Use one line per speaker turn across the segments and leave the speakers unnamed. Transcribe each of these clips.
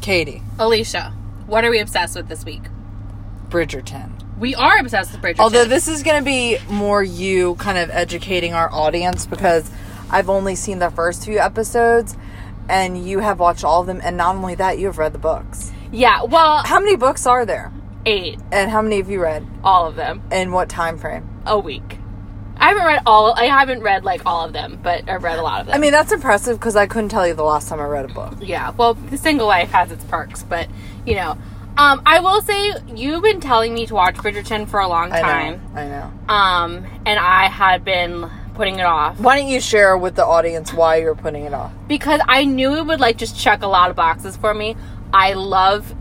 Katie,
Alicia, what are we obsessed with this week?
Bridgerton.
We are obsessed with Bridgerton.
Although this is going to be more you kind of educating our audience because I've only seen the first few episodes and you have watched all of them. And not only that, you have read the books.
yeah, well,
How many books are there?
eight,
And how many have you read?
all of them
And what time frame?
a week. I haven't read all. I haven't read like all of them, but I've read a lot of them.
I mean, that's impressive because I couldn't tell you the last time I read a book.
yeah. Well, the single life has its perks, but you know, um, I will say you've been telling me to watch Bridgerton for a long
I know.
time,
I know.
um, and I had been putting it off
Why don't you share with the audience why you're putting it off?
because I knew it would like just check a lot of boxes for me. I love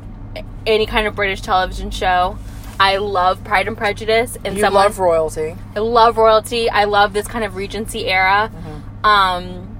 any kind of British television show. I love Pride and Prejudice, and
You
someone
love royalty.
I love royalty. I love this kind of Regency era.
Mm-hmm.
Um,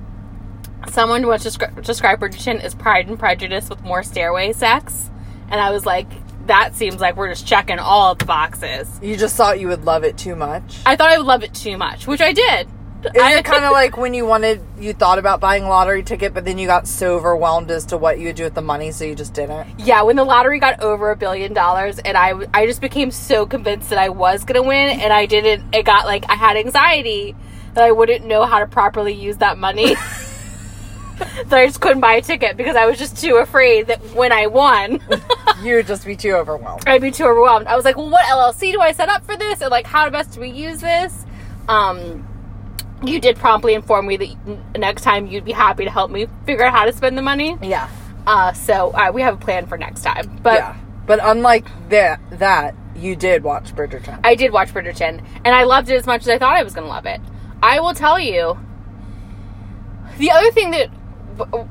someone once descri- described Bridgerton as Pride and Prejudice with more stairway sex, and I was like, that seems like we're just checking all of the boxes.
You just thought you would love it too much.
I thought I would love it too much, which I did.
Is
I
it kind of like when you wanted, you thought about buying a lottery ticket, but then you got so overwhelmed as to what you would do with the money, so you just didn't?
yeah, when the lottery got over a billion dollars, and I w- I just became so convinced that I was gonna win, and I didn't. It got like I had anxiety that I wouldn't know how to properly use that money. that I just couldn't buy a ticket because I was just too afraid that when I won,
You would just be too overwhelmed.
I'd be too overwhelmed. I was like, well, what LLC do I set up for this? And like, how best do we use this? Um, you did promptly inform me that n- next time you'd be happy to help me figure out how to spend the money.
Yeah.
Uh, so uh, we have a plan for next time. But
yeah. But unlike that, that you did watch Bridgerton.
I did watch Bridgerton, and I loved it as much as I thought I was going to love it. I will tell you. The other thing that w-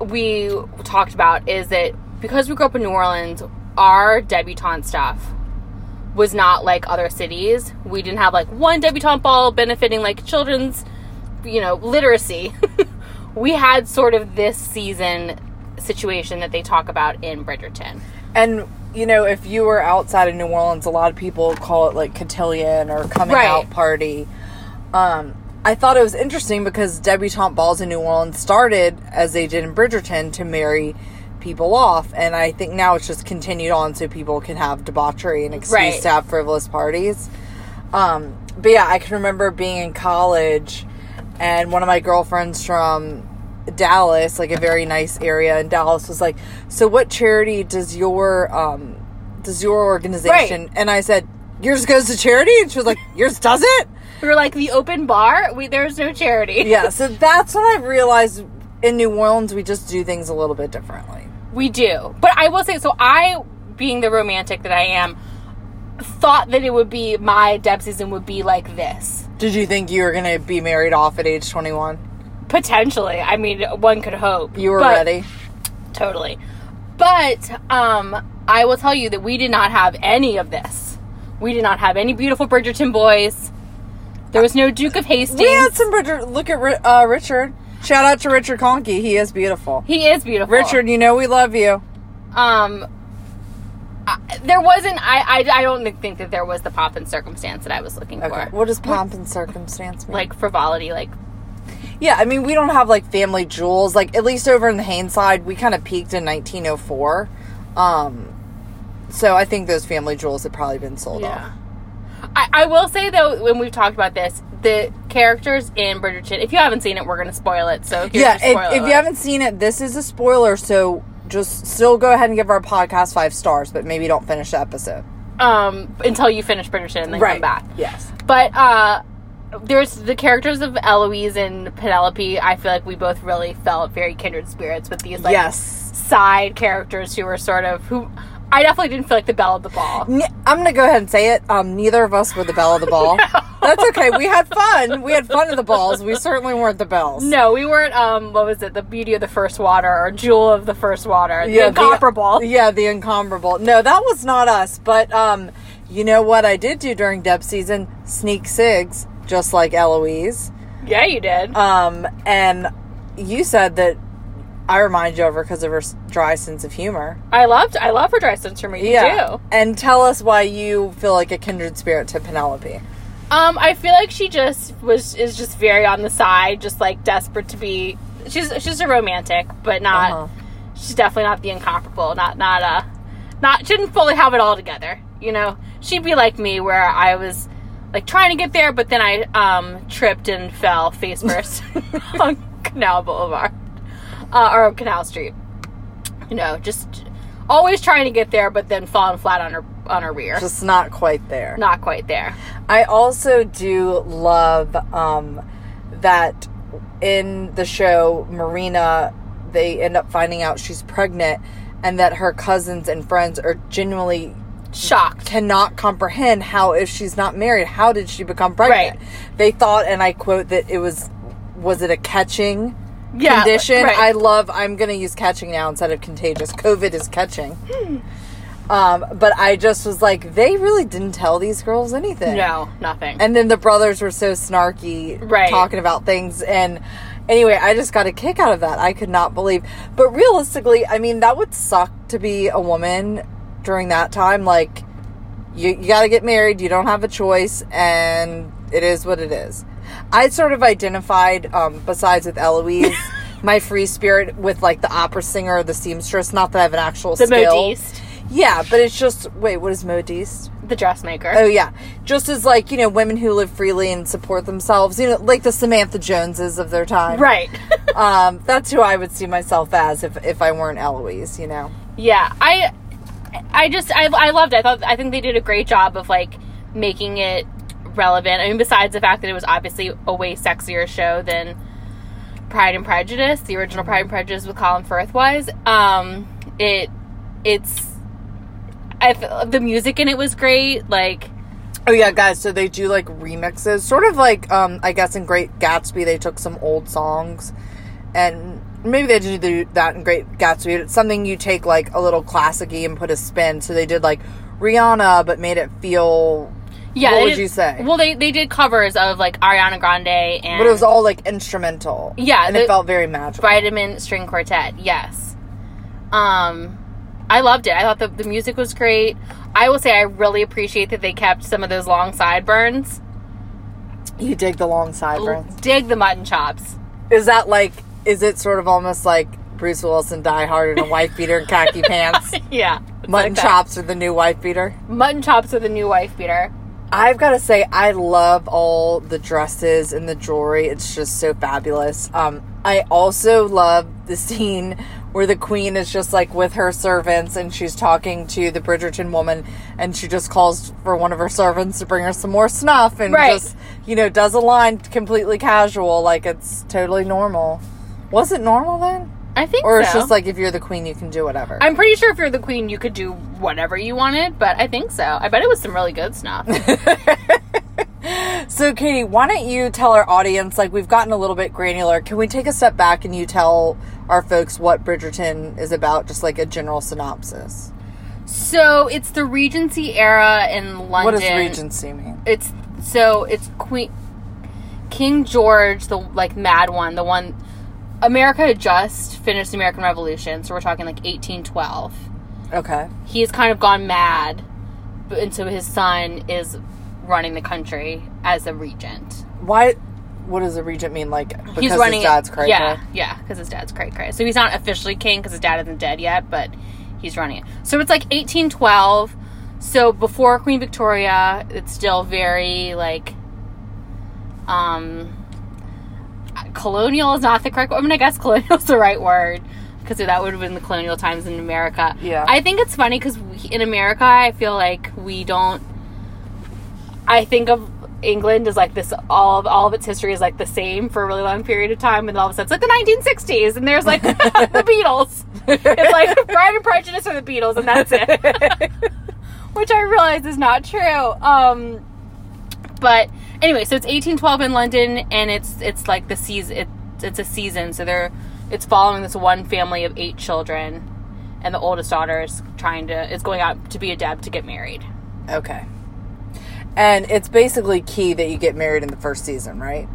we talked about is that because we grew up in New Orleans, our debutante stuff was not like other cities. We didn't have like one debutante ball benefiting like children's, you know, literacy. we had sort of this season situation that they talk about in Bridgerton.
and, you know, if you were outside of New Orleans, a lot of people call it like cotillion or coming
Right.
out party. Um, I thought it was interesting because debutante balls in New Orleans started, as they did in Bridgerton, to marry people off. And I think now it's just continued on so people can have debauchery and excuse
Right.
to have frivolous parties. Um, but yeah, I can remember being in college and one of my girlfriends from Dallas, like a very nice area in Dallas, was like, So what charity does your um does your organization and I said, Yours goes to charity? And she was like, Yours doesn't?
We were like the open bar. We there's no charity.
yeah, so that's when I realized in New Orleans we just do things a little bit differently.
We do. But I will say, so I, being the romantic that I am, thought that it would be my Deb season would be like this.
Did you think you were gonna be married off at age twenty one?
Potentially. I mean, one could hope.
You were
But-
ready.
Totally. But um, I will tell you that we did not have any of this. We did not have any beautiful Bridgerton boys. There was no Duke of Hastings.
We had some Bridger- look at Ri- uh, Richard. Shout out to Richard Conkey. He is beautiful.
He is beautiful.
Richard, you know we love you.
um I, there wasn't I, I i don't think that there was the pop and circumstance that i was looking
Okay.
for
What does pomp and circumstance mean?
like frivolity like
yeah, I mean, we don't have like family jewels. Like, at least over in the Haines side, we kind of peaked in 1904. Um, so I think those family jewels had probably been sold off.
I, I will say though when we've talked about this the characters in bridgerton if you haven't seen it we're going to spoil it so here's
yeah,
your spoiler
if, if you
alert.
haven't seen it, this is a spoiler. So just still go ahead and give our podcast five stars, but maybe don't finish the episode.
um until you finish bridgerton and then come back
Yes.
but uh there's the characters of Eloise and Penelope. I feel like we both really felt very kindred spirits with these like
yes.
side characters who were sort of who I definitely didn't feel like the belle of the ball.
Ne- I'm gonna go ahead and say it. Um, neither of us were the belle of the ball. That's okay. We had fun. We had fun at the balls. We certainly weren't the bells.
No, we weren't. Um, what was it? The beauty of the first water, or jewel of the first water, the incomparable.
yeah, the incomparable. No, that was not us. But um, you know what I did do during Deb season? Sneak sigs, just like Eloise.
yeah, you did.
Um, and you said that I remind you of her because of her s- dry sense of humor.
I loved. I love her dress sense for me too.
And tell us why you feel like a kindred spirit to Penelope.
Um, I feel like she just was is just very on the side, just like desperate to be. She's she's a romantic, but not.
Uh-huh.
she's definitely not the incomparable. Not not uh not she didn't fully have it all together. You know, she'd be like me where I was like trying to get there, but then I um tripped and fell face first on Canal Boulevard uh, or Canal Street. You know, just always trying to get there, but then falling flat on her on her rear.
Just not quite there.
not quite there.
I also do love um, that in the show, Marina, they end up finding out she's pregnant and that her cousins and friends are genuinely
Shocked.
cannot comprehend how if she's not married how did she become pregnant they thought and i quote that it was was it a catching
Yeah,
condition
right.
i love i'm gonna use catching now instead of contagious covid is catching
Hmm.
um, but i just was like they really didn't tell these girls anything
No, nothing.
and then the brothers were so snarky
Right.
talking about things and anyway i just got a kick out of that i could not believe but realistically i mean that would suck to be a woman during that time like you, you got to get married you don't have a choice and it is what it is i sort of identified um, besides with eloise my free spirit with like the opera singer the seamstress not that i have an actual
the
skill
modiste,
yeah but it's just wait what is modiste
the dressmaker.
Oh yeah, just as like you know, women who live freely and support themselves, you know, like the Samantha Joneses of their time.
Right.
Um, that's who I would see myself as if if I weren't Eloise. You know.
yeah. I I just I, I loved it. I thought I think they did a great job of like making it relevant. I mean besides the fact that it was obviously a way sexier show than Pride and Prejudice, the original Pride and Prejudice with Colin Firth was. Um it it's I f- the music in it was great. Like
Oh yeah, guys. So they do like remixes, sort of like um, I guess in Great Gatsby they took some old songs, and maybe they didn't do that in Great Gatsby. It's something you take like a little classicy and put a spin. So they did like Rihanna, but made it feel.
yeah,
What
they
would
did-
you say?
Well, they they did covers of like Ariana Grande and
But it was all like instrumental.
Yeah,
and
the-
it felt very magical.
Vitamin String Quartet. Yes. Um, I loved it. I thought the, the music was great. I will say I really appreciate that they kept some of those long sideburns.
You dig the long sideburns.
Dig the mutton chops.
Is that like? Is it sort of almost like Bruce Willis in Die Hard in a wife beater and khaki pants?
Yeah.
Mutton chops are the new wife beater.
Mutton chops with a new wife beater.
I've got to say, I love all the dresses and the jewelry. It's just so fabulous. Um, I also love the scene where the queen is just like with her servants and she's talking to the Bridgerton woman and she just calls for one of her servants to bring her some more snuff and
Right.
just, you know, does a line completely casual, like it's totally normal. Was it normal then?
I think
Or it's
so.
just like if you're the queen, you can do whatever.
I'm pretty sure if you're the queen, you could do whatever you wanted, but I think so. I bet it was some really good stuff.
So, Katie, why don't you tell our audience? Like, we've gotten a little bit granular. Can we take a step back and you tell our folks what Bridgerton is about, just like a general synopsis?
so it's the Regency era in London.
What does Regency mean?
it's so it's queen king george the like mad one the one america had just finished the american revolution so we're talking like 1812
Okay.
he's kind of gone mad b- and so his son is running the country as a regent
Why? What does a regent mean? Like, because
he's running
his dad's crazy.
yeah yeah because his dad's cray cray so he's not officially king because his dad isn't dead yet but he's running it so it's like 1812 so before queen victoria it's still very like um colonial is not the correct i mean i guess colonial is the right word because that would have been the colonial times in america
Yeah.
i think it's funny because in america i feel like we don't i think of england as like this all of all of its history is like the same for a really long period of time and all of a sudden it's like the 1960s and there's like the beatles it's like pride and prejudice or the beatles and that's it which i realize is not true um but anyway, so it's 1812 in London, and it's it's like the season. It, it's a season, so they're it's following this one family of eight children, and the oldest daughter is trying to is going out to be a deb to get married.
Okay. And it's basically key that you get married in the first season, right?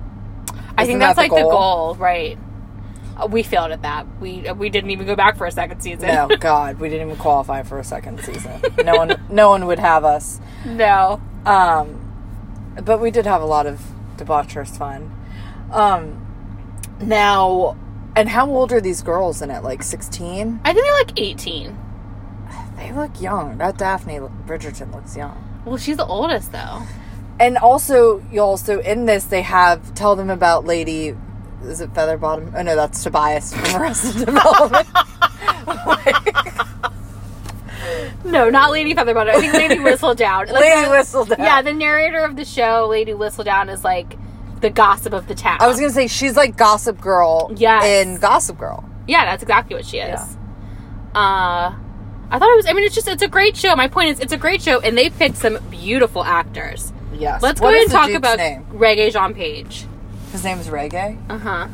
I think
Isn't
that's
that
like
the
the goal, right? Uh, We failed at that. We we didn't even go back for a second season.
No, God, we didn't even qualify for a second season. No one, no one would have us.
no.
Um, but we did have a lot of debaucherous fun. Um, now, And how old are these girls in it? Like 16?
I think they're like 18.
They look young. That Daphne Bridgerton looks young.
Well, she's the oldest though.
And also, you also in this they have tell them about Lady. Is it Featherbottom? Oh no, that's Tobias from Arrested Development.
No, not Lady Featherbottom. I think Lady Whistledown. Like,
Lady
the-
Whistledown.
Yeah, the narrator of the show, Lady Whistledown, is like the gossip of the town.
I was gonna say she's like Gossip Girl.
Yes.
In Gossip Girl.
yeah, that's exactly what she is.
Yeah.
Uh, I thought it was. I mean, it's just it's a great show. My point is, it's a great show, and they picked some beautiful actors.
Yes.
Let's
What
go ahead
is
and
the
talk
Duke's
about
name.
Reggae Jean Page.
His name's Reggae.
Uh huh.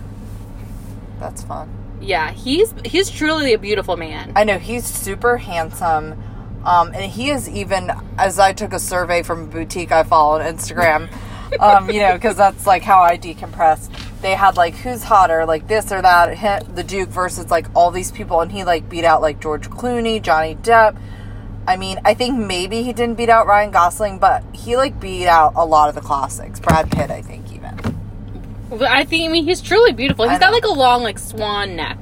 That's fun.
Yeah, he's he's truly a beautiful man.
I know he's super handsome. Um, and he is even as I took a survey from a boutique I follow on Instagram. um, you know, because that's like how I decompress. They had like who's hotter, like this or that, him, the Duke versus like all these people, and he like beat out like George Clooney, Johnny Depp. I mean, I think maybe he didn't beat out Ryan Gosling, but he like beat out a lot of the classics. Brad Pitt, I think, even.
But I think I mean he's truly beautiful. He's
I
got
know.
like a long like swan neck.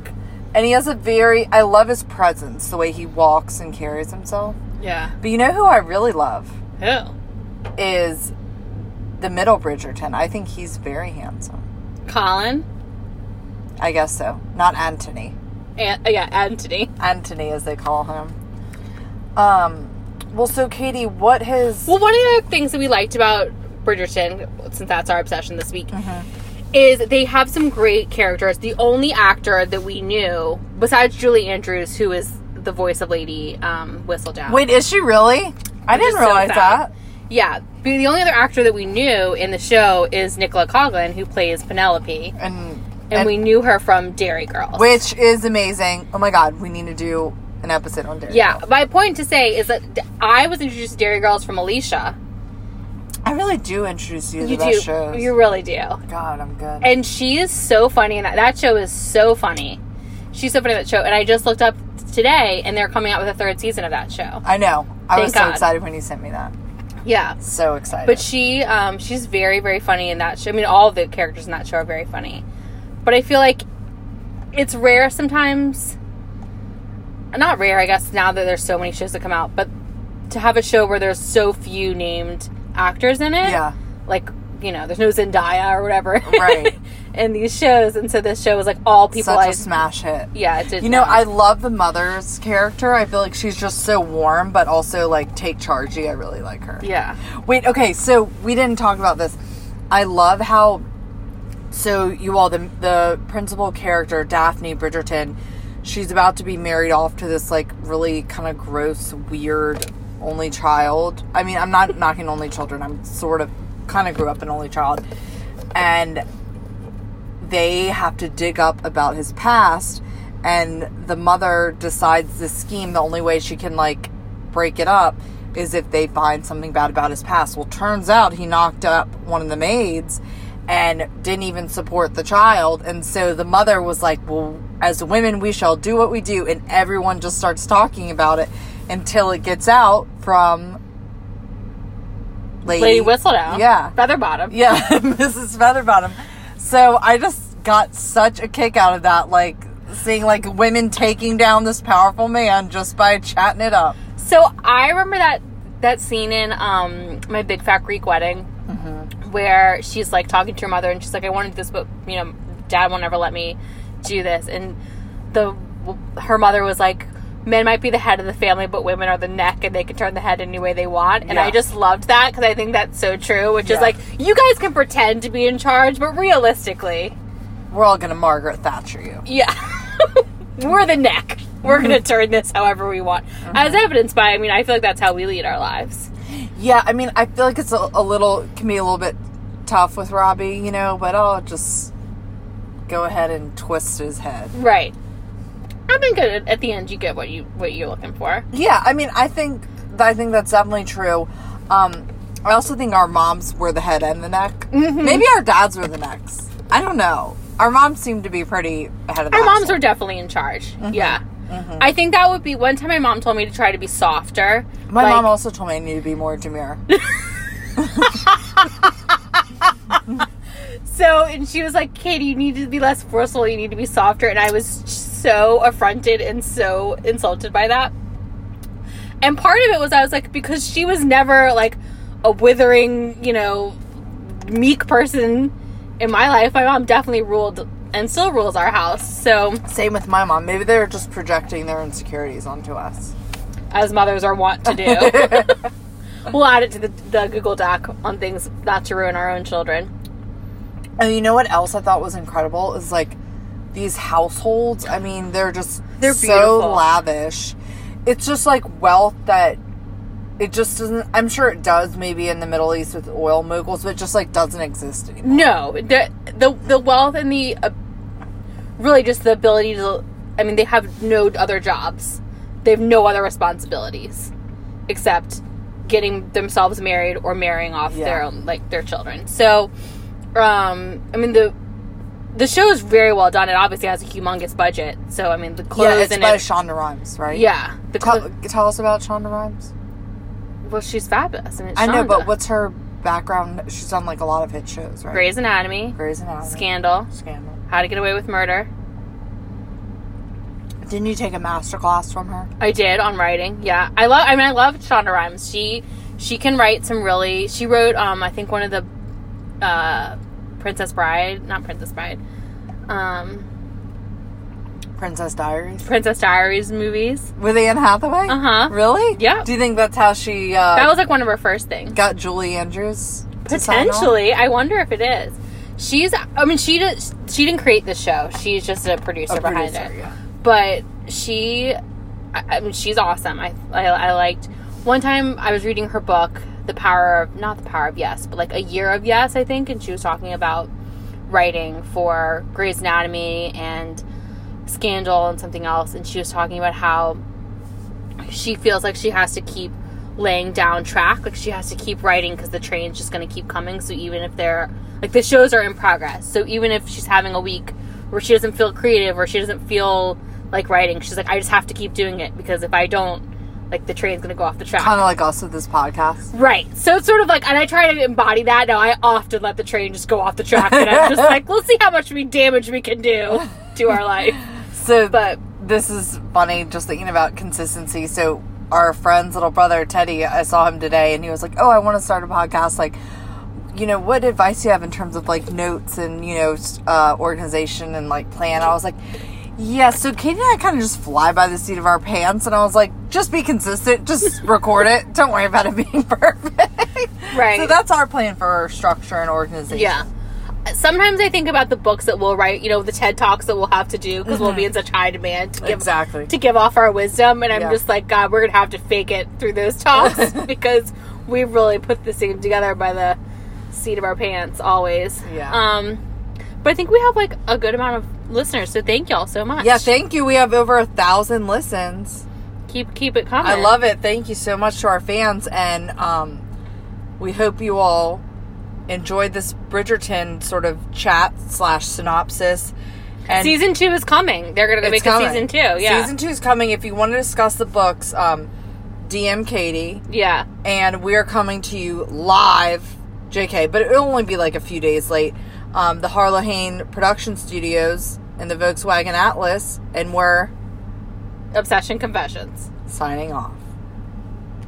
And he has a very, I love his presence, the way he walks and carries himself.
Yeah.
But you know who I really love
Who?
is the middle Bridgerton. I think he's very handsome.
Colin.
I guess so. Not Anthony.
An- yeah, Anthony.
Anthony, as they call him. Um, well, so Katie, what has.
Well, one of the things that we liked about Bridgerton, since that's our obsession this week,
Mm-hmm.
is they have some great characters. The only actor that we knew, besides Julie Andrews, who is the voice of Lady um, Whistledown.
Wait, is she really? I
Which is
didn't
so
realize
sad.
that.
Yeah, the the only other actor that we knew in the show is Nicola Coughlin, who plays Penelope, and,
And,
we knew her from Dairy Girls.
which is amazing. Oh my god, we need to do an episode on Derek.
yeah, my point to say is that d- I was introduced to Dairy Girls from Alicia.
I really do introduce you to
You
the
do,
best shows.
you really do.
God, I'm good.
and she is so funny and that show is so funny she's so funny in that show and i just looked up today and they're coming out with a third season of that show
I know. I
Thank
was so
God.
excited when you sent me that.
yeah
So excited.
but she um, she's very very funny in that show i mean all the characters in that show are very funny but i feel like it's rare sometimes not rare i guess now that there's so many shows that come out but to have a show where there's so few named actors in it
yeah,
like you know there's no zendaya or whatever
Right.
in these shows and so this show was like all people
such
I-
a smash hit.
Yeah, it did.
You know,
not.
I love the mother's character. I feel like she's just so warm, but also like take chargey. I really like her.
yeah,
Wait, okay, so we didn't talk about this. I love how so you all the the principal character Daphne Bridgerton, she's about to be married off to this like really kind of gross, weird only child. I mean, I'm not knocking only children. I'm sort of kind of grew up an only child. And they have to dig up about his past and the mother decides this scheme the only way she can like break it up is if they find something bad about his past well turns out he knocked up one of the maids and didn't even support the child and so the mother was like well as women we shall do what we do and everyone just starts talking about it until it gets out from lady,
Lady Whistledown.
yeah
Featherbottom.
yeah, Mrs. Featherbottom. So I just got such a kick out of that, like seeing like women taking down this powerful man just by chatting it up.
So I remember that that scene in um my big fat Greek wedding,
Mm-hmm.
where she's like talking to her mother and she's like, "I wanted this, but you know, Dad won't ever let me do this." And the her mother was like. Men might be the head of the family, but women are the neck, and they can turn the head any way they want. And I
Yeah.
just loved that because I think that's so true. Which is
Yeah.
like, you guys can pretend to be in charge, but realistically,
We're all gonna Margaret Thatcher you.
Yeah. We're the neck. We're going to turn this however we want. As evidenced by, I mean, I feel like that's how we lead our lives.
Yeah, I mean, I feel like it's a, a little can be a little bit tough with Robbie, you know, but I'll just go ahead and twist his head.
Right. I've been good at- at the end. You get what you what you're looking for.
Yeah, I mean, I think I think that's definitely true. Um, I also think our moms were the head and the neck.
Mm-hmm.
Maybe our dads were the necks. I don't know. Our moms seemed to be pretty ahead of. The
Our moms
household.
were definitely in charge. Yeah, I think that would be one time. My mom told me to try to be softer.
My
Like,
mom also told me I need to be more demure.
So, and she was like, Katie, you need to be less forceful. You need to be softer. And I was so affronted and so insulted by that. And part of it was I was like, because she was never like a withering, you know, meek person in my life. My mom definitely ruled and still rules our house. So,
Same with my mom. Maybe they're just projecting their insecurities onto us.
as mothers are wont to do, we'll add it to the, the Google Doc on things not to ruin our own children.
And you know what else I thought was incredible is like these households. I mean, they're just
They're
so
beautiful.
lavish. It's just like wealth that it just doesn't. I'm sure it does maybe in the Middle East with oil moguls, but it just like doesn't exist anymore.
No, the the the wealth and the uh, really just the ability to. I mean, they have no other jobs. They have no other responsibilities except getting themselves married or marrying off their
Yeah.
own like their children. So, um, I mean the the show is very well done. It obviously has a humongous budget. So, I mean the clothes
yeah, it's
and
by
it,
Shonda Rhimes, right?
yeah, the
Tell,
clothes.
tell us about Shonda Rhimes.
Well, she's fabulous. And it's
I know, but
Shonda.
what's her background? She's done like a lot of hit shows, right?
Grey's Anatomy,
Grey's Anatomy.
Scandal,
Scandal.
How to Get Away with Murder.
Didn't you take a master class from her?
I did on writing. Yeah, I love. I mean, I love Shonda Rhimes. She she can write some really. She wrote um I think one of the uh Princess Bride, not Princess Bride, um
Princess Diaries
Princess Diaries movies.
with Anne Hathaway.
Uh-huh.
Really?
Yeah.
Do you think that's how she uh,
That was like one of her first things.
got Julie Andrews? to sign on?
Potentially, I wonder if it is. She's. I mean, she did. She didn't create the show. She's just a producer
A
behind
producer,
it.
yeah.
but she I, I mean she's awesome I, I i liked one time i was reading her book the power of not the power of yes but like a year of yes i think and she was talking about writing for Grey's Anatomy and Scandal and something else and she was talking about how she feels like she has to keep laying down track like she has to keep writing because the train's just going to keep coming so even if they're like the shows are in progress so even if she's having a week where she doesn't feel creative or she doesn't feel like writing she's like i just have to keep doing it because if i don't like the train's going to go off the track
Kind of like us with this podcast.
Right. So it's sort of like, and I try to embody that. Now I often let the train just go off the track, and I'm just like, let's see how much we damage we can do to our life.
So,
But
this is funny. Just thinking about consistency. So, our friend's little brother Teddy, I saw him today, and he was like, "Oh, I want to start a podcast." Like, you know, what advice do you have in terms of like notes and you know s- uh, organization and like plan? I was like. Yeah, so Katie and I kind of just fly by the seat of our pants, and I was like, just be consistent, just record it. Don't worry about it being perfect.
Right.
So that's our plan for structure and organization.
yeah, sometimes I think about the books that we'll write. You know, the TED talks that we'll have to do because we'll be in such high demand to give
Mm-hmm. Exactly.
to give off our wisdom, and I'm
Yeah.
just like, God, we're gonna have to fake it through those talks because we really put this thing together by the seat of our pants always.
Yeah.
Um, but I think we have like a good amount of listeners, so thank y'all so much.
Yeah, thank you. We have over a thousand listens.
keep keep it coming.
I love it. Thank you so much to our fans, and um, we hope you all enjoyed this Bridgerton sort of chat slash synopsis. And
season two is coming. They're gonna go
it's
make
coming.
a season two. Yeah,
season two is coming. If you want to discuss the books, um, DM Katie,
yeah,
and we are coming to you live, JK. But it'll only be like a few days late. Um, the Harlowhane Production Studios and the Volkswagen Atlas, and we're
obsession confessions.
signing off.